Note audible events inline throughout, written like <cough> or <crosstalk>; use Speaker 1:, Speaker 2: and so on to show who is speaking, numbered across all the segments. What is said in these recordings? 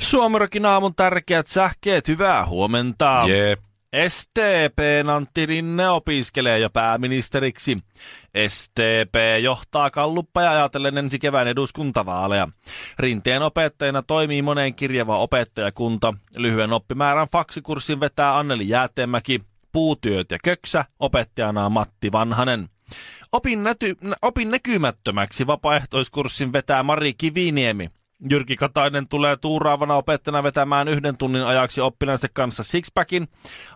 Speaker 1: Suomirokin aamun tärkeät sähkeet, hyvää huomenta.
Speaker 2: Jep.
Speaker 1: STP Antti Rinne opiskelee jo pääministeriksi. STP johtaa kalluppaja ajatellen ensi kevään eduskuntavaaleja. Rinteen opettajana toimii moneen kirjava opettajakunta. Lyhyen oppimäärän faksikurssin vetää Anneli Jäätemäki. Puutyöt ja köksä opettajana on Matti Vanhanen. Opin, näty, opin näkymättömäksi vapaaehtoiskurssin vetää Mari Kiviniemi. Jyrki Katainen tulee tuuraavana opettajana vetämään yhden tunnin ajaksi oppilaansa kanssa sixpackin.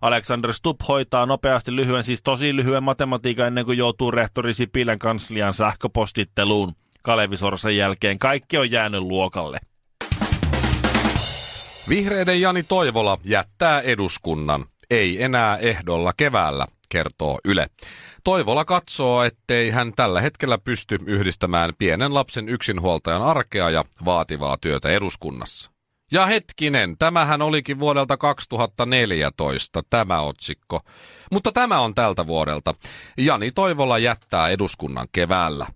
Speaker 1: Alexander Stubb hoitaa nopeasti lyhyen, siis tosi lyhyen matematiikan ennen kuin joutuu rehtori Sipilän kanslian sähköpostitteluun. Kalevi Sorsan jälkeen kaikki on jäänyt luokalle.
Speaker 2: Vihreiden Jani Toivola jättää eduskunnan. Ei enää ehdolla keväällä, kertoo Yle. Toivola katsoo, ettei hän tällä hetkellä pysty yhdistämään pienen lapsen yksinhuoltajan arkea ja vaativaa työtä eduskunnassa. Ja hetkinen, tämähän olikin vuodelta 2014 tämä otsikko. Mutta tämä on tältä vuodelta. Jani Toivola jättää eduskunnan keväällä.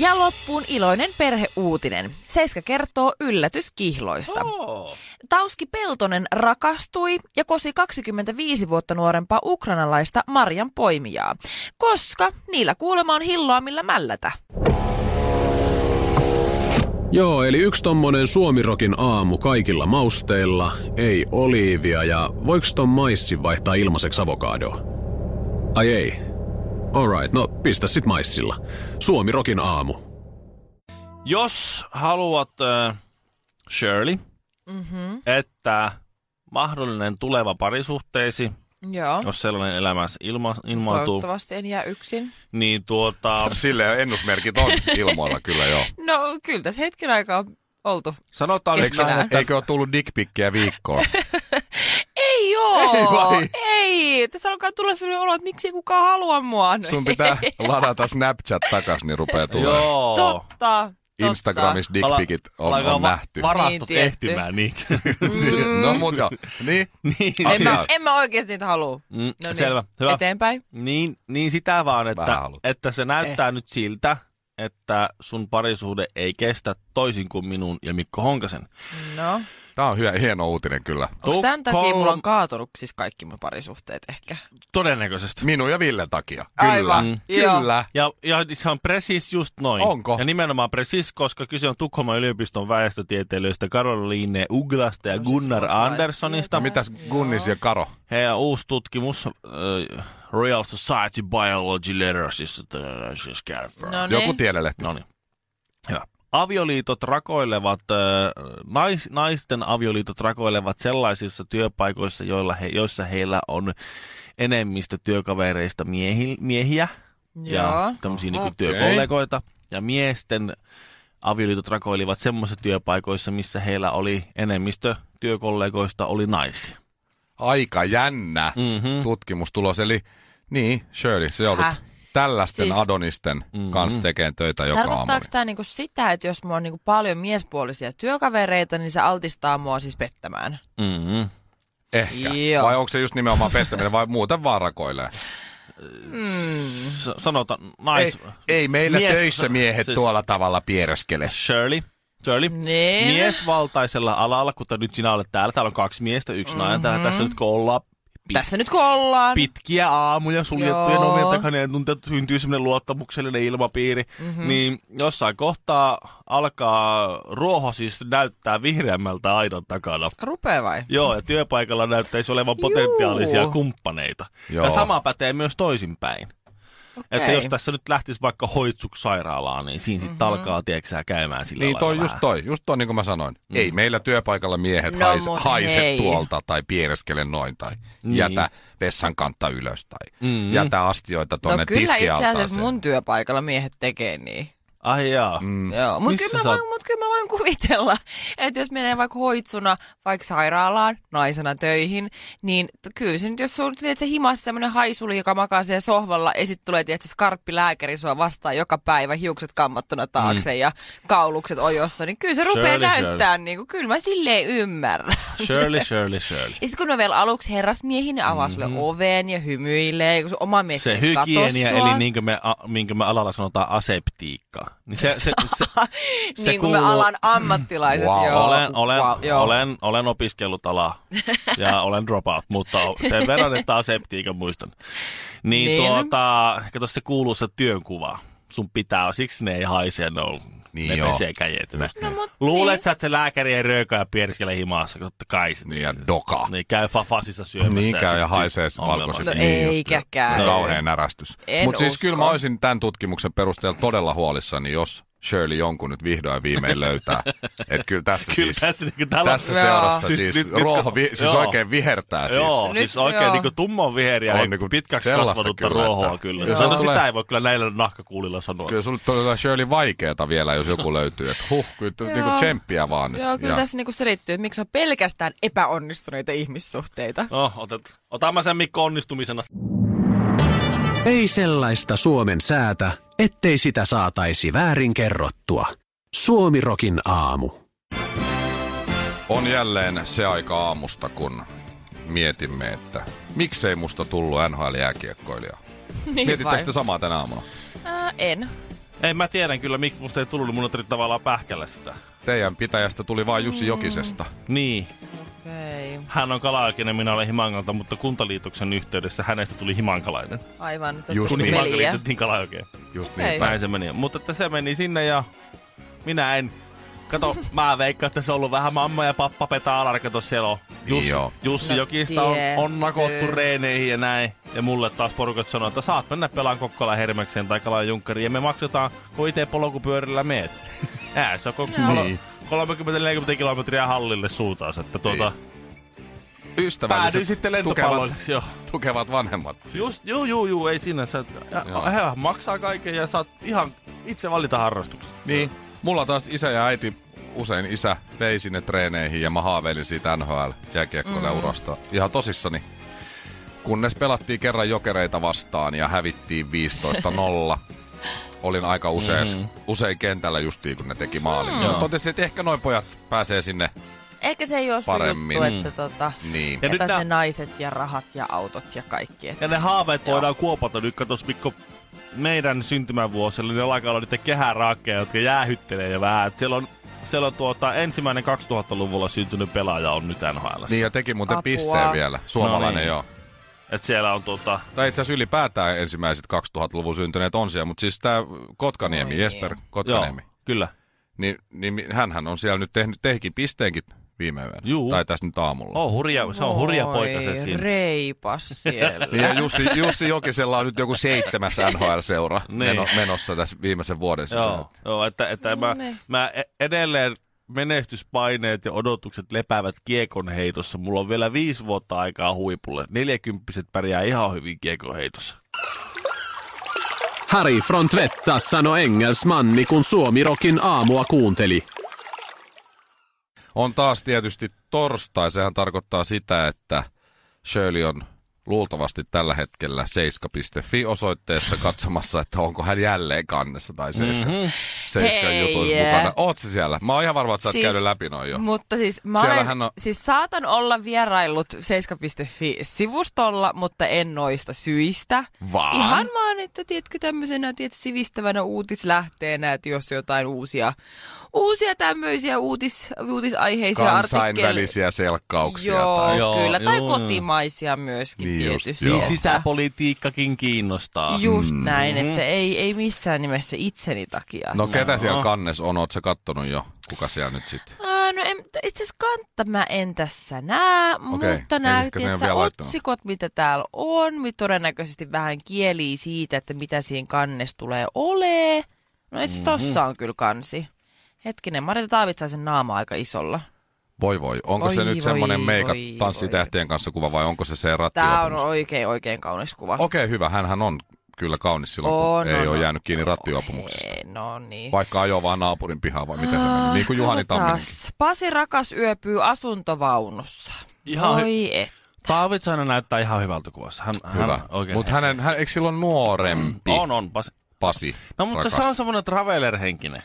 Speaker 3: Ja loppuun iloinen perheuutinen. Seiska kertoo yllätyskihloista.
Speaker 1: Oh.
Speaker 3: Tauski Peltonen rakastui ja kosi 25 vuotta nuorempaa ukrainalaista Marjan poimijaa, koska niillä kuulemma on hilloa millä mällätä.
Speaker 4: Joo, eli yksi tommonen suomirokin aamu kaikilla mausteilla, ei oliivia ja voiks ton maissin vaihtaa ilmaiseksi avokadoa? Ai ei. Alright, no pistä sit maissilla. Suomirokin aamu.
Speaker 1: Jos haluat, äh, Shirley, mm-hmm. että mahdollinen tuleva parisuhteesi,
Speaker 3: Joo.
Speaker 1: jos sellainen elämässä ilma, ilmaantuu,
Speaker 3: Toivottavasti en jää yksin.
Speaker 1: niin tuota,
Speaker 2: Sille ennusmerkit <laughs> on ilmoilla kyllä joo.
Speaker 3: No kyllä tässä hetken aikaa on oltu.
Speaker 1: sanotaan nyt
Speaker 3: Keskenään.
Speaker 1: näin,
Speaker 3: Tänään.
Speaker 1: että
Speaker 2: Eikö ole tullut dickpikkiä viikkoon?
Speaker 3: Ei joo!
Speaker 2: Ei vai?
Speaker 3: Ei! Tässä alkaa tulla sellainen olo, että miksi ei kukaan halua mua. No,
Speaker 2: Sun
Speaker 3: ei.
Speaker 2: pitää ladata Snapchat takas, niin rupeaa tulemaan.
Speaker 1: Joo.
Speaker 3: Totta. totta.
Speaker 2: Instagramissa dickpikit on,
Speaker 1: alkaa
Speaker 2: on
Speaker 1: va-
Speaker 2: nähty.
Speaker 1: Varastot
Speaker 3: Niin, tietty.
Speaker 1: ehtimään, niin.
Speaker 2: no mut joo. Niin,
Speaker 1: <laughs> niin.
Speaker 3: En mä,
Speaker 2: asiaan.
Speaker 3: en mä oikeasti niitä halua.
Speaker 1: Mm,
Speaker 3: No niin,
Speaker 1: Selvä, hyvä.
Speaker 3: Eteenpäin.
Speaker 1: Niin, niin sitä vaan,
Speaker 2: Vähän
Speaker 1: että,
Speaker 2: haluat.
Speaker 1: että se näyttää
Speaker 3: Eh.
Speaker 1: nyt siltä, että sun parisuhde ei kestä toisin kuin minun ja Mikko Honkasen.
Speaker 3: No.
Speaker 2: tää on hyvä, hieno uutinen kyllä.
Speaker 3: Onko tämän takia
Speaker 1: Tukholm-
Speaker 3: mulla on kaatunut siis kaikki mun parisuhteet ehkä?
Speaker 1: Todennäköisesti.
Speaker 2: Minun ja Villen takia. Kyllä.
Speaker 3: Aivan,
Speaker 2: Mm.
Speaker 3: joo.
Speaker 2: Kyllä.
Speaker 1: Ja, ja se on presis just noin.
Speaker 2: Onko?
Speaker 1: Ja nimenomaan presis, koska kyse on Tukholman yliopiston väestötieteilijöistä Karoline Uglasta ja
Speaker 3: No siis
Speaker 1: Gunnar
Speaker 3: ruotsalaiset
Speaker 1: Anderssonista.
Speaker 3: tietää.
Speaker 2: Mitäs Gunnis ja Karo?
Speaker 1: Heidän uusi tutkimus äh, Real Society Biology Letters is is Stanford.
Speaker 3: No
Speaker 2: Joku
Speaker 3: niin.
Speaker 2: tielelehti.
Speaker 1: No niin. Hyvä. Avioliitot rakoilevat, ö, nais, naisten avioliitot rakoilevat sellaisissa työpaikoissa, joilla he, joissa heillä on enemmistö työkavereista miehi, miehiä ja
Speaker 3: Joo.
Speaker 1: tämmöisiä
Speaker 2: Okei.
Speaker 1: niin työkollegoita. Ja miesten avioliitot rakoilivat semmoisissa työpaikoissa, missä heillä oli enemmistö työkollegoista oli naisia.
Speaker 2: Aika jännä
Speaker 1: Mm-hmm.
Speaker 2: tutkimustulos. Eli niin, Shirley, se joudut
Speaker 3: Häh?
Speaker 2: tällaisten
Speaker 3: Siis-
Speaker 2: adonisten
Speaker 1: Mm.
Speaker 2: kanssa tekemään töitä joka aamu.
Speaker 3: Tarkoittaako tämä niinku sitä, että jos mulla on niinku paljon miespuolisia työkavereita, niin se altistaa mua siis pettämään?
Speaker 1: Mm-hmm.
Speaker 2: Ehkä.
Speaker 3: Joo.
Speaker 2: Vai onko se just nimenomaan pettäminen vai muuten vaan rakoilee?
Speaker 1: Hmm. Sanotaan, nais...
Speaker 2: Ei, ei meillä
Speaker 1: Mies-
Speaker 2: töissä miehet
Speaker 1: siis-
Speaker 2: tuolla tavalla piereskele.
Speaker 1: Shirley, Shirley,
Speaker 3: Niin.
Speaker 1: miesvaltaisella alalla, kuten nyt sinä olet täällä, täällä on kaksi miestä, yksi mm-hmm. nainen, täällä tässä nyt kun ollaan pit-
Speaker 3: Tässä nyt kun ollaan.
Speaker 1: pitkiä aamuja suljettujen
Speaker 3: Joo.
Speaker 1: ovien takana ja tuntuu, että syntyy semmoinen luottamuksellinen ilmapiiri, mm-hmm. niin jossain kohtaa alkaa ruoho siis näyttää vihreämmältä aidan takana.
Speaker 3: Rupee vai?
Speaker 1: Joo, ja työpaikalla näyttäisi olevan potentiaalisia
Speaker 3: Juu.
Speaker 1: kumppaneita. Joo. Ja
Speaker 2: Joo.
Speaker 1: sama pätee myös toisinpäin. Okay. Että
Speaker 3: Okei.
Speaker 1: jos tässä nyt lähtisi vaikka hoitsuk sairaalaan, niin siinä sitten mm-hmm. alkaa, tiedätkö käymään sillä
Speaker 2: Niin toi
Speaker 1: lailla
Speaker 2: just
Speaker 1: vähän.
Speaker 2: toi, just toi niin kuin mä sanoin. Mm. Ei meillä työpaikalla miehet
Speaker 3: No
Speaker 2: no, hais,
Speaker 3: mut
Speaker 2: haise
Speaker 3: hei.
Speaker 2: tuolta tai piereskele noin tai
Speaker 1: Niin.
Speaker 2: niin. jätä vessan kantta ylös tai
Speaker 1: Mm.
Speaker 2: mm. jätä astioita tuonne
Speaker 3: no kyllä itse asiassa
Speaker 2: tiskialtaaseen.
Speaker 3: mun työpaikalla miehet tekee niin.
Speaker 1: Ai jaa.
Speaker 2: Mm.
Speaker 3: Joo, mutta
Speaker 1: Missä
Speaker 3: kyllä, mä
Speaker 1: sä
Speaker 3: voin,
Speaker 1: oot?
Speaker 3: mut kyllä mä voin <laughs> kuvitella, että jos menee vaikka hoitsuna, vaikka sairaalaan, naisena töihin, niin t- kyllä se nyt, jos sulla on tiedätkö, himassa semmoinen haisuli, joka makaa siellä sohvalla, ja sitten tulee tietysti skarppilääkäri sua vastaan joka päivä, hiukset kammattuna taakse mm. ja kaulukset ojossa, niin kyllä se rupeaa
Speaker 1: Shirley,
Speaker 3: näyttää, niin kuin, kyllä mä silleen
Speaker 1: <laughs>
Speaker 3: ymmärrän.
Speaker 1: Shirley, Shirley, Shirley.
Speaker 3: Ja sitten kun ne on vielä aluksi herrasmiehiä, ne avaa mm-hmm. sulle oven ja hymyilee, ja kun sun oma mies
Speaker 1: Mhm. Se
Speaker 3: ei skato
Speaker 1: hygienia,
Speaker 3: sua.
Speaker 1: eli niin kuin me, a, minkä me alalla sanotaan aseptiikka. Niin se, se, se, se
Speaker 3: niin kuin me
Speaker 1: kuuluu-
Speaker 3: alan ammattilaiset,
Speaker 2: Wow.
Speaker 3: <laughs> joo.
Speaker 1: Olen, olen,
Speaker 3: wow, joo.
Speaker 1: olen, olen opiskellut alaa
Speaker 3: <laughs>
Speaker 1: ja olen dropout, mutta sen verran, että aseptiikan muistan. Niin,
Speaker 3: Niin.
Speaker 1: niin. Tuota, kato se kuuluu se työnkuva. Sun pitää, siksi ne ei haise, ne, on,
Speaker 2: Niin
Speaker 1: ne
Speaker 2: joo.
Speaker 1: pesee kädet.
Speaker 3: No, mut
Speaker 1: Luulet
Speaker 3: niin.
Speaker 1: sä, että se lääkäri ei röökö ja pierskele himassa, totta kai se.
Speaker 2: Niin ja doka.
Speaker 1: Niin käy Fafasissa syömässä.
Speaker 2: Niin käy ja
Speaker 1: sit- sit
Speaker 2: haisee niin. se
Speaker 1: ongelma.
Speaker 3: No
Speaker 2: valkoiset.
Speaker 3: ei,
Speaker 2: just.
Speaker 3: eikä käy.
Speaker 2: Kauhean närästys.
Speaker 3: En
Speaker 2: Mutta siis
Speaker 3: usko.
Speaker 2: kyllä mä olisin tämän tutkimuksen perusteella todella huolissani, jos Shirley jonkun nyt vihdoin viimein löytää. Et kyllä tässä
Speaker 1: Kyllä
Speaker 2: siis,
Speaker 1: tässä niinku täällä-
Speaker 2: tässä
Speaker 3: Joo.
Speaker 2: seurassa
Speaker 1: Siis
Speaker 2: siis,
Speaker 1: nyt-
Speaker 2: siis
Speaker 1: nyt-
Speaker 2: ruoho vi, siis
Speaker 1: joo.
Speaker 2: oikein vihertää siis.
Speaker 1: Joo,
Speaker 3: Nyt-
Speaker 1: siis, siis oikein
Speaker 3: joo.
Speaker 1: niinku tumman viheriä
Speaker 2: On
Speaker 1: ja
Speaker 2: niinku
Speaker 1: niinku pitkäksi
Speaker 2: sellaista
Speaker 1: kasvanutta
Speaker 2: kyllä,
Speaker 1: ruohoa
Speaker 2: että-
Speaker 1: kyllä.
Speaker 2: Joo.
Speaker 1: Ja sano,
Speaker 2: Tulee.
Speaker 1: sitä ei voi kyllä näillä nahkakuulilla sanoa.
Speaker 2: Kyllä sulle todella Shirley vaikeeta vielä, jos joku löytyy. Et huh, kyllä t- niinku tsemppiä vaan nyt.
Speaker 3: Joo, kyllä
Speaker 2: Ja-
Speaker 3: tässä niinku selittyy, että miksi on pelkästään epäonnistuneita ihmissuhteita.
Speaker 1: No, otat, otan mä sen Mikko onnistumisena.
Speaker 4: Ei sellaista Suomen säätä, ettei sitä saataisi väärin kerrottua. Suomirokin aamu.
Speaker 2: On jälleen se aika aamusta, kun mietimme, että miksei musta tullut NHL-jääkiekkoilija.
Speaker 3: Niin
Speaker 2: Mietitkö sitä samaa tänä aamuna?
Speaker 3: Ää, en.
Speaker 1: Ei mä tiedän kyllä, miksi musta ei tullut, niin mun on tavallaan pähkällä sitä.
Speaker 2: Teidän pitäjästä tuli vain
Speaker 3: Mm.
Speaker 2: Jussi Jokisesta.
Speaker 1: Niin,
Speaker 3: Okei, okay.
Speaker 1: hän on kalaikinen, minä olen himankalta, mutta kuntaliitoksen yhteydessä hänestä tuli himankalainen.
Speaker 3: aivan. Nyt
Speaker 2: Just
Speaker 3: Just
Speaker 1: Kun
Speaker 3: tuli
Speaker 2: niin.
Speaker 1: himanka
Speaker 3: peliä.
Speaker 1: liitettiin kalaikeen.
Speaker 2: Just
Speaker 3: Ei.
Speaker 2: niin päin.
Speaker 1: Näin se meni. Mutta että se meni sinne ja minä en. Kato, mä veikkaan, että se on ollut vähän mamma ja pappa petaalar, kato siellä on. Jus,
Speaker 2: Joo.
Speaker 1: Jussi
Speaker 3: No
Speaker 1: Jokista on,
Speaker 3: tietty.
Speaker 1: on nakottu reeneihin ja näin. Ja mulle taas porukat sanoo, että saat mennä pelaan Kokkola Hermekseen tai Kalan Junkkariin. Ja me maksetaan, kun itse polkupyörillä meet. Ää, se on Kokkola.
Speaker 2: Niin.
Speaker 1: 30-40 kilometriä hallille suuntaas, että tuota, päädyin
Speaker 2: Ystävälliset
Speaker 1: sitten
Speaker 2: siis tukevat,
Speaker 1: lentopalloiksi, joo.
Speaker 2: tukevat vanhemmat. Siis.
Speaker 1: Just, juu, juu, juu, ei siinä. Sä,
Speaker 2: Joo.
Speaker 1: ja, he maksaa kaiken ja saat ihan itse valita harrastuksen.
Speaker 2: Niin. Mulla taas isä ja äiti, usein isä, vei sinne treeneihin ja mä haaveilin siitä nhl jääkiekkoileurasta mm. Ihan tosissani. Kunnes pelattiin kerran jokereita vastaan ja hävittiin 15-0. Olin aika usein, mm-hmm. usein kentällä justiin, kun ne teki maalin. Mm. Totesin, että ehkä noin pojat pääsee sinne.
Speaker 3: Ehkä se ei ole sun
Speaker 2: Paremmin. Mm.
Speaker 3: juttu, että tota,
Speaker 2: Niin.
Speaker 1: Ja
Speaker 3: ja
Speaker 1: nyt
Speaker 3: jätät
Speaker 1: nää-
Speaker 3: ne naiset ja rahat ja autot ja kaikki. Et.
Speaker 1: Ja ne haaveet Joo. voidaan kuopata nyt, katos Mikko, meidän syntymävuosilla, niin alkaa olla niitä kehäraakkeja, jotka jäähyttelee jo vähän. Et siellä on, siellä on tuota, ensimmäinen 2000-luvulla syntynyt pelaaja on nyt NHL.
Speaker 2: Niin ja teki muuten
Speaker 3: Apua.
Speaker 2: pisteen vielä. Suomalainen
Speaker 1: No niin.
Speaker 2: joo.
Speaker 1: Et siellä on tuota,
Speaker 2: Tai itse asiassa ylipäätään ensimmäiset 2000-luvun syntyneet on siellä, mutta siis tämä Kotkaniemi,
Speaker 3: Oi
Speaker 2: Oi,
Speaker 3: niin.
Speaker 2: Jesper
Speaker 1: joo,
Speaker 2: Kotkaniemi,
Speaker 1: kyllä.
Speaker 2: niin, niin hänhän on siellä nyt tehnyt, tehkin pisteenkin viime yönä.
Speaker 1: Juu.
Speaker 2: Tai tässä nyt aamulla.
Speaker 1: Oh, hurja, se on hurja poika se siinä.
Speaker 3: reipas
Speaker 2: <laughs>
Speaker 3: siellä.
Speaker 2: Niin ja Jussi, Jussi Jokisella on nyt joku seitsemäs NHL-seura
Speaker 1: Niin.
Speaker 2: meno, menossa tässä viimeisen vuoden sisällä.
Speaker 1: Joo, joo että, että mä,
Speaker 3: niin.
Speaker 1: mä e- edelleen menestyspaineet ja odotukset lepäävät kiekonheitossa. Mulla on vielä viisi vuotta aikaa huipulle. Neljäkymppiset pärjää ihan hyvin kiekonheitossa.
Speaker 4: Harry Frontvetta sanoi engelsmanni, kun Suomirokin aamua kuunteli.
Speaker 2: On taas tietysti torstai, sehän tarkoittaa sitä, että Shirley on luultavasti tällä hetkellä 7.fi-osoitteessa katsomassa, että onko hän jälleen kannessa tai 7 mm-hmm.
Speaker 3: Hei,
Speaker 2: jutun
Speaker 3: jee.
Speaker 2: mukana. Oot se siellä? Mä oon ihan varma, että sä oot siis, käynyt läpi noin jo.
Speaker 3: Mutta siis mä
Speaker 2: Siellähän
Speaker 3: olen,
Speaker 2: on-
Speaker 3: on... siis saatan olla vieraillut 7.fi-sivustolla, mutta en noista syistä.
Speaker 2: Vaan?
Speaker 3: Ihan vaan, että tiedätkö tämmöisenä tiedät, sivistävänä uutislähteenä, että jos jotain uusia, uusia tämmöisiä uutis, uutisaiheisia artikkeleita.
Speaker 2: Kansainvälisiä selkkauksia.
Speaker 3: Joo,
Speaker 2: Tai...
Speaker 3: joo,
Speaker 1: Joo,
Speaker 3: kyllä. Joo, tai
Speaker 1: joo.
Speaker 3: kotimaisia myöskin
Speaker 2: Niin just,
Speaker 3: tietysti.
Speaker 2: joo.
Speaker 1: Niin sisäpolitiikkakin kiinnostaa.
Speaker 3: Just näin, että ei, ei missään nimessä itseni takia.
Speaker 2: No ketä siellä kannes on? Oot sä kattonut jo? Kuka siellä nyt sitten?
Speaker 3: Ää, No en, itse asiassa kantta mä en tässä näe,
Speaker 2: Okei,
Speaker 3: mutta
Speaker 2: eli
Speaker 3: näytin,
Speaker 2: ne on
Speaker 3: että
Speaker 2: vielä
Speaker 3: sä
Speaker 2: laittanut.
Speaker 3: otsikot, mitä täällä on, mit todennäköisesti vähän kielii siitä, että mitä siinä kannessa tulee olee. No itse
Speaker 2: Mhm.
Speaker 3: mm-hmm. tossa on kyllä kansi. Hetkinen, Marita Taavitsaisen naama aika isolla.
Speaker 2: Voi voi, onko
Speaker 3: Voi
Speaker 2: se nyt
Speaker 3: voi,
Speaker 2: semmoinen meikä
Speaker 3: voi
Speaker 2: tanssitähtien kanssa kuva vai onko se se
Speaker 3: Tää on
Speaker 2: rattiopumus?
Speaker 3: oikein oikein kaunis kuva.
Speaker 2: Okei, hyvä. Hänhän on kyllä kaunis silloin, kun
Speaker 3: Oo,
Speaker 2: ei ole jäänyt kiinni rattijuopumuksesta.
Speaker 3: hei, No niin.
Speaker 2: Vaikka ajoi vaan naapurin pihaa vai miten se meni.
Speaker 3: Ah,
Speaker 2: Niin kuin Juhani Tamminen.
Speaker 3: katsotaas. Pasi rakas yöpyy asuntovaunussa.
Speaker 1: Ihan hy-
Speaker 3: Oi et.
Speaker 1: Taavitsainen näyttää ihan hyvältä kuvassa. Hän,
Speaker 2: Hyvä.
Speaker 1: Hän, oikein No,
Speaker 2: Mutta hänen, hän, eikö silloin nuorempi
Speaker 1: On, on. Pasi.
Speaker 2: Pasi
Speaker 1: No mutta
Speaker 2: rakas?
Speaker 1: se on semmoinen traveler-henkinen.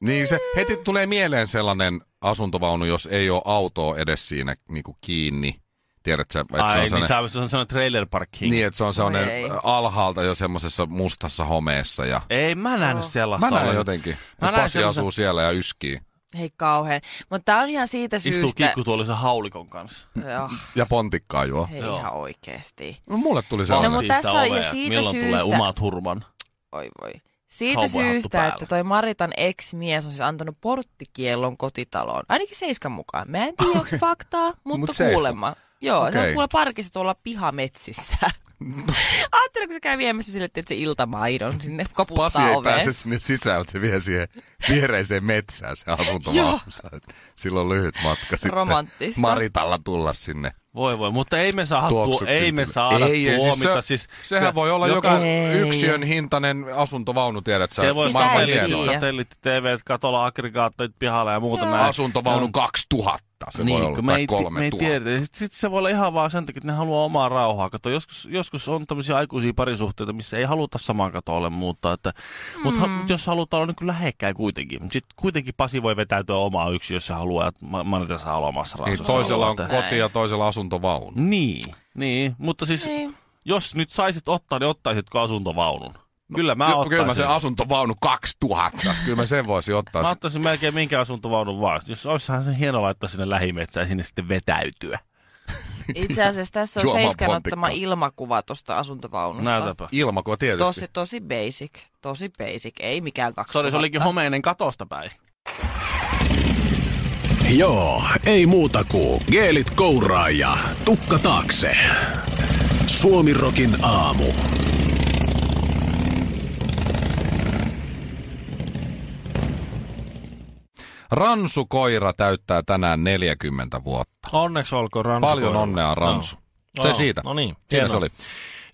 Speaker 2: Niin se heti tulee mieleen sellainen asuntovaunu, jos ei ole autoa edes siinä niinku kiinni. Tiedätkö, että se on
Speaker 1: Ai, niin
Speaker 2: sellainen,
Speaker 1: sä, se on semmoinen trailer park king.
Speaker 2: niin, että se on
Speaker 3: Oi ei.
Speaker 2: sellainen alhaalta jo semmoisessa mustassa homeessa. Ja,
Speaker 1: Ei, mä en nähnyt sellaista.
Speaker 2: mä näen
Speaker 1: ollenkaan.
Speaker 2: jotenkin. että
Speaker 1: näen
Speaker 2: Pasi
Speaker 1: semmoisen-
Speaker 2: asuu siellä ja yskii.
Speaker 3: Hei kauhean. Mutta tää on ihan siitä
Speaker 1: Istuu
Speaker 3: syystä.
Speaker 1: kikkutuolisen haulikon kanssa.
Speaker 2: Mm.
Speaker 3: Joo,
Speaker 2: Ja pontikkaa juo.
Speaker 3: hei
Speaker 1: Joo.
Speaker 3: ihan oikeesti.
Speaker 2: No, mulle tuli
Speaker 1: No,
Speaker 2: sellainen.
Speaker 3: mut tässä on- ja siitä
Speaker 1: Milloin tulee
Speaker 3: syystä-
Speaker 1: umat hurman?
Speaker 3: Oi voi. Siitä
Speaker 1: Cowboy-hattu
Speaker 3: syystä,
Speaker 1: päällä.
Speaker 3: että toi Maritan ex-mies on siis antanut porttikiellon kotitaloon. Ainakin Seiskan mukaan. Mä en tiedä,
Speaker 2: <laughs>
Speaker 3: onko faktaa, mutta
Speaker 2: Mut
Speaker 3: Mut
Speaker 2: Seiska.
Speaker 3: kuulemma. Joo, okay. se on
Speaker 2: Okei.
Speaker 3: kuule parkissa tuolla pihametsissä.
Speaker 2: <laughs>
Speaker 3: Ajattelin, kun se käy viemässä sille, että se iltamaidon sinne koputtaa
Speaker 2: Pasi ei
Speaker 3: oveen.
Speaker 2: pääse sinne sisälle, se vie siihen viereiseen metsään se asuntovaununsa. Silloin on lyhyt matka sitten.
Speaker 3: Romanttista.
Speaker 2: Maritalla tulla sinne.
Speaker 1: Voi voi, mutta ei me saada, tuo,
Speaker 2: Tuoksukylpylä.
Speaker 1: ei me saada
Speaker 2: ei,
Speaker 1: tuomita.
Speaker 2: se-
Speaker 1: Siis,
Speaker 2: sehän voi olla joka,
Speaker 3: Ei.
Speaker 2: yksiön hintainen asuntovaunu, tiedät sä.
Speaker 1: se voi
Speaker 3: Sitä
Speaker 2: maailman
Speaker 3: ei
Speaker 2: hienoin.
Speaker 3: tiedä.
Speaker 1: satelliitti TV, katolla aggregaattoit pihalla ja muuta näin.
Speaker 2: Asuntovaunu
Speaker 1: No,
Speaker 2: 2000 se voi olla,
Speaker 1: Niin, kun
Speaker 2: tai
Speaker 1: me ei, ti- me ei
Speaker 2: 3000.
Speaker 1: tiedetä. Sitten sit se voi olla ihan vaan sen takia, että ne haluaa omaa rauhaa. Kato, joskus, joskus on tämmöisiä aikuisia parisuhteita, missä ei haluta samaan katolle muuttaa. Että, mm. Mutta jos halutaan olla niin kuin lähekkäin kuitenkin. Mutta sitten kuitenkin Pasi voi vetäytyä omaa yksi, jos se haluaa, että ma- Manita saa olla omassa
Speaker 2: Niin,
Speaker 1: rauhassa.
Speaker 2: toisella on
Speaker 1: Että-
Speaker 2: koti ja toisella asuntovaunu.
Speaker 1: Niin, niin, mutta siis
Speaker 2: <laughs>
Speaker 3: Niin.
Speaker 1: jos nyt saisit ottaa, niin ottaisitko asuntovaunun? Kyllä mä
Speaker 2: Joo,
Speaker 1: ottaisin.
Speaker 2: No, Kyllä mä sen asuntovaunu 2000, kyllä mä sen voisin
Speaker 1: Mä
Speaker 2: ottaa.
Speaker 1: ottaisin melkein minkä asuntovaunun vaan. Jos olisihan sen hieno laittaa sinne lähimetsään ja sinne sitten vetäytyä.
Speaker 3: Itse asiassa tässä on
Speaker 2: Juomaan
Speaker 3: Seiskan ottama
Speaker 2: pontikkaa.
Speaker 3: ilmakuva tuosta
Speaker 2: No
Speaker 3: asuntovaunusta.
Speaker 1: Näytäpä.
Speaker 2: Ilmako tietysti.
Speaker 3: Tosi, tosi basic. Tosi basic. Ei mikään 2000.
Speaker 1: Sori, se olikin homeinen katosta päin.
Speaker 4: Joo, ei muuta kuin geelit kouraa ja tukka taakse. Suomirokin aamu.
Speaker 2: Ransukoira täyttää tänään 40 vuotta.
Speaker 1: Onneksi olkoon Ransu.
Speaker 2: Paljon onnea, Ransu. Se siitä.
Speaker 1: No niin.
Speaker 2: Siinä
Speaker 1: hienoa.
Speaker 2: se oli.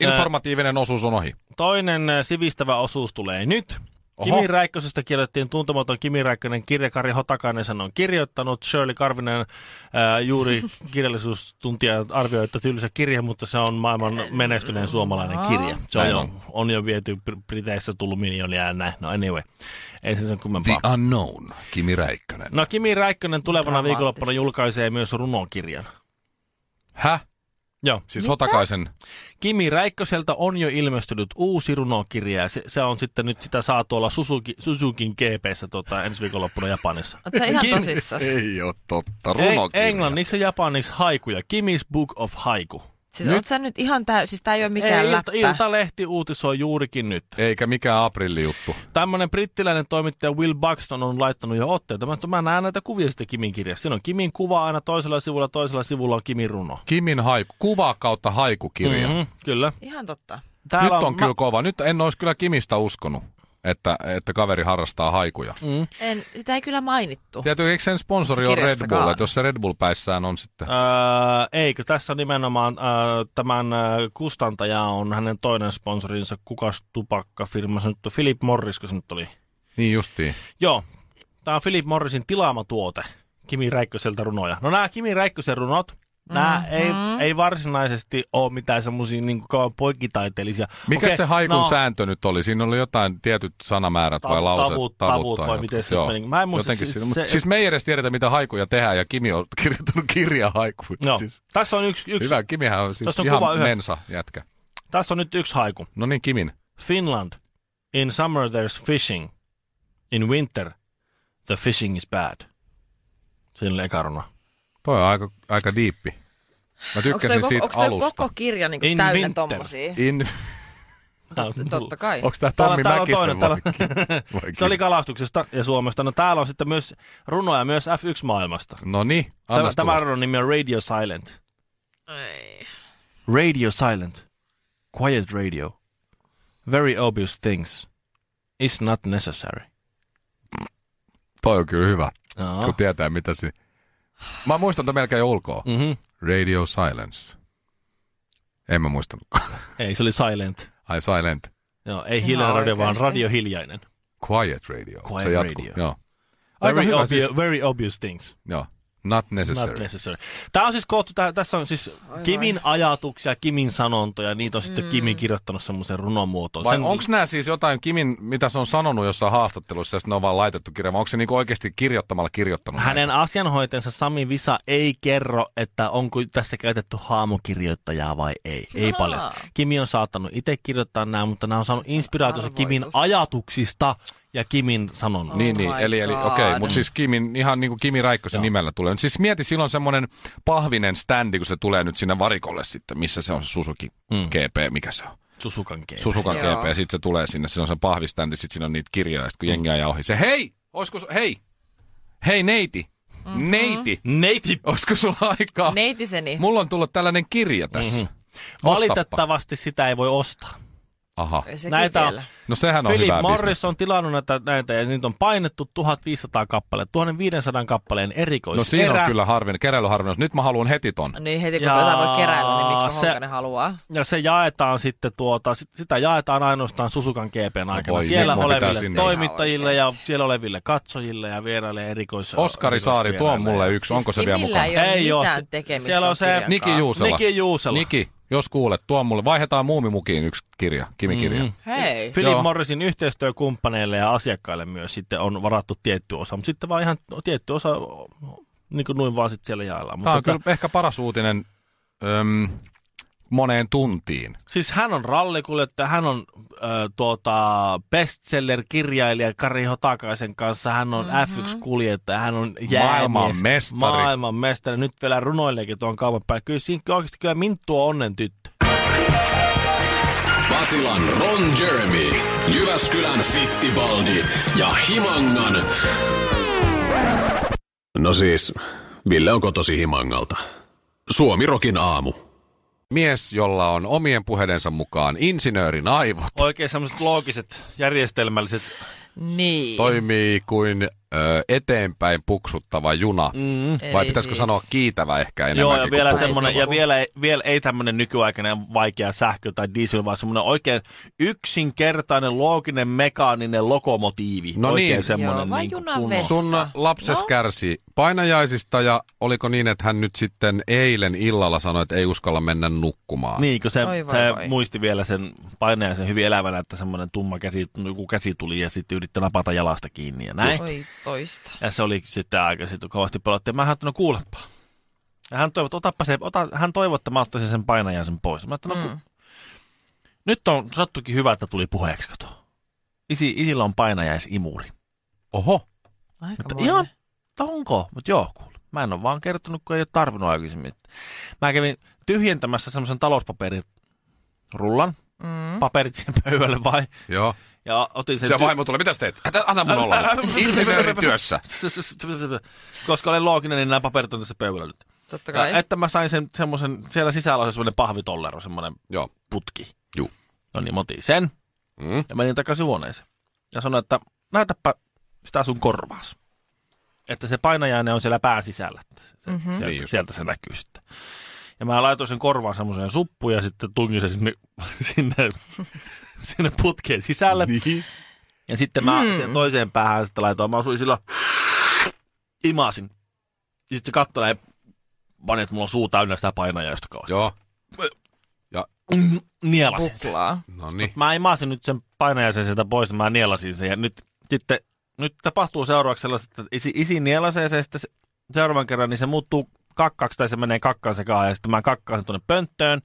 Speaker 2: Informatiivinen osuus on ohi.
Speaker 1: Toinen äh, sivistävä osuus tulee nyt.
Speaker 2: Oho.
Speaker 1: Kimi Räikkösestä kirjoittiin tuntematon Kimi Räikkönen kirja. Kari Hotakainen sen on kirjoittanut. Shirley Karvinen ää,
Speaker 2: <laughs>
Speaker 1: juuri kirjallisuustuntija arvioi, että tylsä kirja, mutta se on maailman menestyneen suomalainen kirja. Se on
Speaker 2: Näin
Speaker 1: jo,
Speaker 2: on.
Speaker 1: on jo viety Br- Briteissä tullut miljoonia ja näin. No anyway, ei se sen
Speaker 2: The
Speaker 1: kummempaa.
Speaker 2: Unknown, Kimi Räikkönen.
Speaker 1: No Kimi Räikkönen tulevana
Speaker 3: Dramaattista.
Speaker 1: viikonloppuna julkaisee myös runokirjan.
Speaker 2: Häh?
Speaker 1: Joo.
Speaker 2: Siis Hotakaisen
Speaker 1: Kimi Räikköseltä on jo ilmestynyt uusi runokirja ja se, se on sitten nyt sitä saa tuolla Suzuki, Suzukin GPssä tota, ensi viikonloppuna Japanissa. E-
Speaker 3: Oot sä ihan tosissaan?
Speaker 2: Ei ole totta.
Speaker 1: Eng-
Speaker 2: Runokirja.
Speaker 1: englanniksi ja japaniksi haikuja. Kimi's Book of Haiku.
Speaker 3: Siis nyt? oot sä nyt ihan tää, siis tää ei oo mikään
Speaker 1: Ei,
Speaker 3: läppä.
Speaker 1: ilta, Iltalehti uutisoi juurikin nyt.
Speaker 2: Eikä mikään aprillijuttu.
Speaker 1: Tämmöinen brittiläinen toimittaja Will Buxton on laittanut jo otteita. Mä, mä näen näitä kuvia sitten Kimin kirjasta. Siinä on Kimin kuva aina toisella sivulla, toisella sivulla on Kimin runo.
Speaker 2: Kimin haiku, kuva kautta haikukirja. Mm-hmm.
Speaker 1: Mhm, kyllä.
Speaker 3: Ihan totta.
Speaker 2: Nyt on,
Speaker 1: mä-
Speaker 2: kyllä kova. Nyt en olisi kyllä Kimistä uskonut, että, että kaveri harrastaa haikuja. Mm.
Speaker 3: En, sitä ei kyllä mainittu.
Speaker 2: Tietysti eikö sen sponsori
Speaker 3: Tässä
Speaker 2: on Red
Speaker 3: kirjassakaan.
Speaker 2: Bull, että jos se Red Bull päissään on sitten...
Speaker 1: Öö, eikö, tässä on nimenomaan öö, tämän öö, kustantaja on hänen toinen sponsorinsa, kukas tupakkafirma, se nyt on Philip Morris, kun se nyt oli.
Speaker 2: Niin justiin.
Speaker 1: Joo, tämä on Philip Morrisin tilaama tuote, Kimi Räikköseltä runoja. No nämä Kimi Räikkösen runot, nämä mm-hmm. ei, ei varsinaisesti ole mitään semmoisia niin kauan poikitaiteellisia.
Speaker 2: Mikä okay,
Speaker 1: Okei,
Speaker 2: se haikun no. sääntö nyt oli? Siinä oli jotain tietyt sanamäärät
Speaker 1: Tav-
Speaker 2: vai lauseet?
Speaker 1: tavut- tavut vai
Speaker 2: tai
Speaker 1: miten
Speaker 2: jotkut.
Speaker 1: se
Speaker 2: Joo.
Speaker 1: meni? Mä en muista,
Speaker 2: Jotenkin
Speaker 1: siis
Speaker 2: siinä, mut
Speaker 1: se-
Speaker 2: siis me ei edes tiedetä, mitä haikuja tehdään, ja Kimi on <laughs> kirjoittanut kirjaa haikuista.
Speaker 1: No,
Speaker 2: Siis,
Speaker 1: tässä, on yksi, yksi,
Speaker 2: hyvä, Kimihän on siis
Speaker 1: Tässä on
Speaker 2: ihan
Speaker 1: kuva yhdestä.
Speaker 2: mensa jätkä.
Speaker 1: tässä on nyt yksi haiku.
Speaker 2: No niin, Kimin.
Speaker 1: Finland. In summer there's fishing. In winter the fishing is bad. Siinä oli eka runo.
Speaker 2: Toi on aika, aika diippi. Mä
Speaker 3: Onko toi,
Speaker 2: tykkäsin
Speaker 3: koko,
Speaker 2: siitä
Speaker 3: onks toi
Speaker 2: alusta.
Speaker 3: koko kirja niinku
Speaker 1: In
Speaker 3: täynnä
Speaker 1: winter.
Speaker 3: tommosia?
Speaker 2: In...
Speaker 1: Tää on-
Speaker 3: Totta kai.
Speaker 2: Onko tämä
Speaker 1: Täällä-
Speaker 2: Tommi
Speaker 1: täällä on
Speaker 2: Mäkisen
Speaker 1: toinen,
Speaker 2: vai
Speaker 1: täällä on-
Speaker 2: ki- vai
Speaker 1: <laughs> Se oli
Speaker 2: ki-
Speaker 1: kalastuksesta ja Suomesta. No täällä on sitten myös runoja myös F1-maailmasta.
Speaker 2: No niin,
Speaker 1: Tämä,
Speaker 2: anna
Speaker 1: tämä
Speaker 2: tämä...
Speaker 1: runon nimi on Radio Silent.
Speaker 3: Ei.
Speaker 1: Radio Silent. Quiet radio. Very obvious things. It's not necessary.
Speaker 2: Toi on kyllä hyvä,
Speaker 1: Aa.
Speaker 2: kun tietää mitä se... Mä muistan tämän melkein jo ulkoa.
Speaker 1: Mhm.
Speaker 2: Radio Silence. En mä muistanutkaan.
Speaker 1: Ei, se oli silent.
Speaker 2: <laughs> Ai silent.
Speaker 1: Joo, ei hiljainen radio, vaan
Speaker 3: oikeasti.
Speaker 1: radio hiljainen.
Speaker 2: Quiet radio.
Speaker 1: Quiet
Speaker 2: se jatkuu.
Speaker 1: radio.
Speaker 2: Joo.
Speaker 1: Aika
Speaker 2: Very
Speaker 1: very, obvious,
Speaker 2: obvious-
Speaker 1: siis... very obvious things.
Speaker 2: Joo. Not necessary.
Speaker 1: Not necessary. Tämä on siis koottu, tää, tässä on siis Kimin ajatuksia, Kimin sanontoja, niitä on sitten mm. Kimi kirjoittanut semmoisen runomuotoon.
Speaker 2: Vai onko nämä siis jotain, Kimin, mitä se on sanonut jossain haastattelussa, ja sitten ne on vaan laitettu kirjaan, onko se niinku oikeasti kirjoittamalla kirjoittanut
Speaker 1: Hänen
Speaker 2: näitä?
Speaker 1: asianhoitajansa Sami Visa ei kerro, että onko tässä käytetty haamukirjoittajaa vai ei. Ei
Speaker 3: Aa.
Speaker 1: paljasta. Kimi on saattanut itse kirjoittaa nämä, mutta nämä on saanut inspiraationsa
Speaker 3: Arvoitus.
Speaker 1: Kimin ajatuksista ja Kimin sanonnoista.
Speaker 2: Niin,
Speaker 3: Oh
Speaker 2: niin,
Speaker 3: my
Speaker 2: eli, eli
Speaker 3: God.
Speaker 2: okei, okay, mutta siis Kimin, ihan niin kuin Kimi Räikkösen
Speaker 1: Joo.
Speaker 2: nimellä tulee. Mut Siis mieti, silloin semmoinen pahvinen standi, kun se tulee nyt sinne varikolle sitten, missä se on se Suzuki
Speaker 1: Mm.
Speaker 2: GP, mikä se on?
Speaker 1: Susukan keino.
Speaker 2: Susukan
Speaker 3: Joo.
Speaker 2: GP, sitten se tulee sinne, siinä on se pahviständi, sitten siinä on niitä kirjoja, sit kun jengi ajaa ohi. Se hei, olisiko, su- hei, hei neiti, mm-hmm. neiti,
Speaker 1: Neiti
Speaker 2: olisiko sulla aikaa?
Speaker 3: Neitiseni.
Speaker 2: Mulla on tullut tällainen kirja tässä. Mm-hmm.
Speaker 1: valitettavasti sitä ei voi ostaa.
Speaker 2: Aha.
Speaker 3: Sekin
Speaker 1: näitä on-
Speaker 3: vielä.
Speaker 2: No sehän on
Speaker 1: Philip
Speaker 2: hyvä
Speaker 1: Morris
Speaker 2: business.
Speaker 1: on tilannut näitä, näitä ja nyt on painettu 1500 kappaleen, 1500 kappaleen erikoiserä.
Speaker 2: No siinä on kyllä harvin, keräilyharvinaisuus. Nyt mä haluan heti ton.
Speaker 3: Niin heti kun
Speaker 1: Jaa,
Speaker 3: jotain voi keräillä, niin Mikko
Speaker 1: se-
Speaker 3: se... Honkanen haluaa.
Speaker 1: Ja se jaetaan sitten tuota, sit, sitä jaetaan ainoastaan Susukan GPn aikana.
Speaker 2: voi
Speaker 1: siellä
Speaker 2: niin, mun pitää
Speaker 1: oleville
Speaker 2: sinne.
Speaker 1: toimittajille
Speaker 3: Ihan
Speaker 1: ja siellä oleville katsojille ja vieraille erikois.
Speaker 2: Oskari Saari, tuo on mulle yksi. Onko se
Speaker 3: Siis
Speaker 2: vielä
Speaker 3: Kimillä
Speaker 2: mukana?
Speaker 3: ei ole
Speaker 1: Ei oo,
Speaker 3: mitään
Speaker 1: se-
Speaker 3: tekemistä.
Speaker 1: siellä on
Speaker 3: ton
Speaker 1: se-
Speaker 3: kirjan
Speaker 1: Niki
Speaker 3: kanssa.
Speaker 2: Niki Juusela.
Speaker 1: Niki Juusela.
Speaker 2: Niki, jos kuulet, tuo mulle. Vaihdetaan muumimukiin yksi kirja, kimikirja.
Speaker 1: Mm-hmm.
Speaker 2: Mm.
Speaker 3: Hei.
Speaker 1: Philip
Speaker 2: Joo.
Speaker 1: Morrisin yhteistyökumppaneille ja asiakkaille myös sitten on varattu tietty osa, mutta sitten vaan ihan tietty osa, niin kuin noin vaan sitten siellä jaellaan.
Speaker 2: Tämä
Speaker 1: Mutta
Speaker 2: on kyllä ehkä paras uutinen öm, moneen tuntiin.
Speaker 1: Siis hän on rallikuljettaja, hän on äh, tuota, bestseller-kirjailija Kari Hotakaisen kanssa, hän on
Speaker 3: Mhm.
Speaker 1: mm-hmm. F1-kuljettaja, hän on jäämies,
Speaker 2: Maailman mestari.
Speaker 1: maailman mestari. Nyt vielä runoillekin tuon kaupan päälle. Kyllä siinä oikeasti kyllä Minttu on onnen tyttö.
Speaker 4: Basilan Ron Jeremy, Jyväskylän Fittibaldi ja Himangan... No siis, Ville onko tosi Himangalta? Suomirokin aamu.
Speaker 2: Mies, jolla on omien puheidensa mukaan insinöörin aivot,
Speaker 1: Oikein semmoiset loogiset, järjestelmälliset.
Speaker 3: Niin.
Speaker 2: toimii kuin ö, eteenpäin puksuttava juna. Mm. Vai
Speaker 3: Eli
Speaker 2: pitäisikö
Speaker 3: siis-
Speaker 2: sanoa kiitävä ehkä enemmän?
Speaker 1: Mm-hmm. Joo, ja vielä, semmoinen, ja vielä, vielä ei tämmöinen nykyaikainen vaikea sähkö tai diesel, vaan semmoinen oikein yksinkertainen, looginen, mekaaninen lokomotiivi.
Speaker 2: No
Speaker 1: oikein
Speaker 2: niin.
Speaker 1: semmoinen
Speaker 3: Joo, vai
Speaker 1: niin kuin
Speaker 3: junan
Speaker 1: kunnon.
Speaker 3: vessa.
Speaker 2: Sun lapses no.
Speaker 3: No.
Speaker 2: kärsi painajaisista ja oliko niin, että hän nyt sitten eilen illalla sanoi, että ei uskalla mennä nukkumaan?
Speaker 1: Niin, kun se, vai
Speaker 3: Oi voi
Speaker 1: se
Speaker 3: voi.
Speaker 1: muisti vielä sen painajaisen hyvin elävänä, että semmoinen tumma käsi, joku käsi tuli ja sitten yritti napata jalasta kiinni ja näin.
Speaker 3: Oi toista.
Speaker 1: Ja se oli sitten aika sitten kovasti pelotti. Mä hän no kuulepa. Ja hän toivoi, että otapa se, ota, hän toivoi, että mä ottaisin sen painajaisen pois. Mä ajattelin, no, mm. nyt on sattukin hyvä, että tuli puheeksi, kato. Isi, isillä on painajaisimuri.
Speaker 2: Oho,
Speaker 3: Aika
Speaker 1: Ihan, onko? Mutta joo, kuule. Mä en ole vaan kertonut, kun ei ole tarvinnut aikaisemmin. Mä kävin tyhjentämässä semmoisen talouspaperin rullan. Mm. Paperit siihen pöydälle vai?
Speaker 2: joo.
Speaker 1: Ja otin sen...
Speaker 2: Ja
Speaker 1: ty-
Speaker 2: vaimo tulee, mitäs teet? Älä- Anna mun olla. nyt. Insinöörityössä.
Speaker 1: Koska olen looginen, niin nämä paperit on tässä pöydällä nyt.
Speaker 3: Totta
Speaker 1: Ja,
Speaker 3: kai.
Speaker 1: että mä sain sen semmoisen, siellä sisällä on se semmoinen pahvitollero, semmoinen
Speaker 2: Joo.
Speaker 1: putki.
Speaker 2: Juu.
Speaker 1: No niin, mä otin sen
Speaker 2: Mm.
Speaker 1: ja menin takaisin huoneeseen. Ja sanoin, että näytäpä sitä sun korvaas. Että se painajainen on siellä pään sisällä. Että Se, mm-hmm. sieltä,
Speaker 2: Niin just.
Speaker 1: sieltä se näkyy sitten. Ja mä laitoin sen korvaan semmoiseen suppuun ja sitten tungin sen sinne, <laughs> sinne, sinne putkeen sisälle.
Speaker 2: Niin.
Speaker 1: Ja sitten mä mm. toiseen päähän sitten laitoin, mä osuin silloin, imasin. Ja sitten se katsoi näin, pani, että mulla on suu täynnä sitä painajaista kauan.
Speaker 2: Joo.
Speaker 1: Nielasin sen.
Speaker 3: Puklaa.
Speaker 2: No niin.
Speaker 1: Mä imasin nyt sen painajaisen sieltä pois, mä nielasin sen. Ja nyt, sitten, nyt tapahtuu seuraavaksi sellaista, että isi, isi nielasee sen ja sitten se, seuraavan kerran, niin se muuttuu kakkaksi tai se menee kakkaan sekaan ja sitten mä kakkaan sen tuonne pönttöön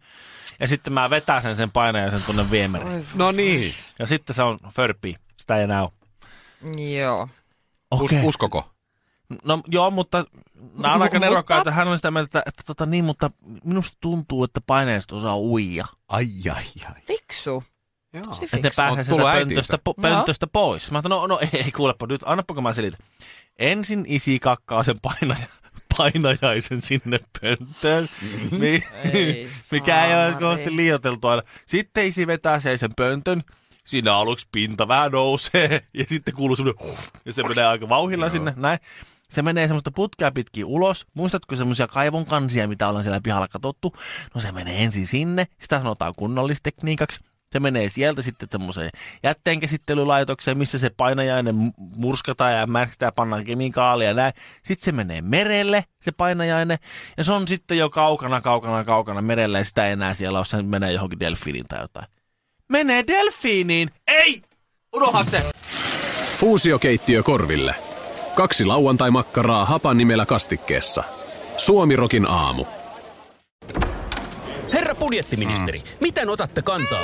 Speaker 1: ja sitten mä vetään sen sen painajaisen tuonne viemäriin.
Speaker 2: No niin.
Speaker 1: Ja sitten se on förppi, sitä ei enää ole.
Speaker 3: Joo.
Speaker 2: Us, uskoko?
Speaker 1: No joo, mutta nämä on
Speaker 3: Mu-
Speaker 1: aika
Speaker 3: mutta-
Speaker 1: nerokkaita. Hän on sitä mieltä, että, että tota, niin, mutta minusta tuntuu, että paineiset osaa uija.
Speaker 2: Ai, ai, ai.
Speaker 3: Fiksu. Tosi
Speaker 1: Että ne
Speaker 3: fiksu.
Speaker 2: On
Speaker 1: pääsee
Speaker 2: tullut
Speaker 1: sieltä
Speaker 2: äitinsä.
Speaker 1: pöntöstä, po,
Speaker 3: No.
Speaker 1: pöntöstä pois. Mä ajattelin, no, no ei, kuulepa nyt, annapako mä selitän. Ensin isi kakkaa sen painaja, <laughs> painajaisen sinne pönttöön, niin,
Speaker 3: Mm-hmm. Ei
Speaker 1: <laughs> mikä ei ole
Speaker 3: saamari.
Speaker 1: kovasti liioteltua. aina. Sitten isi vetää sen, sen pöntön, siinä aluksi pinta vähän nousee <laughs> ja sitten kuuluu semmoinen huh, ja se menee aika vauhilla sinne, näin. Se menee semmoista putkea pitkin ulos. Muistatko semmoisia kaivon kansia, mitä ollaan siellä pihalla katsottu? No se menee ensin sinne, sitä sanotaan kunnallistekniikaksi. Se menee sieltä sitten semmoiseen jätteenkäsittelylaitokseen, missä se painajainen mu- murskataan ja märkitään, pannaan kemikaalia ja näin. Sitten se menee merelle, se painajainen, ja se on sitten jo kaukana, kaukana, kaukana merelle, ja sitä ei enää siellä ole, se menee johonkin delfiiniin tai jotain. Menee delfiiniin! Ei! Unoha se!
Speaker 4: Fuusiokeittiö korville. Kaksi lauantai-makkaraa hapan nimellä kastikkeessa. Suomirokin aamu.
Speaker 5: Herra budjettiministeri, mm. miten otatte kantaa?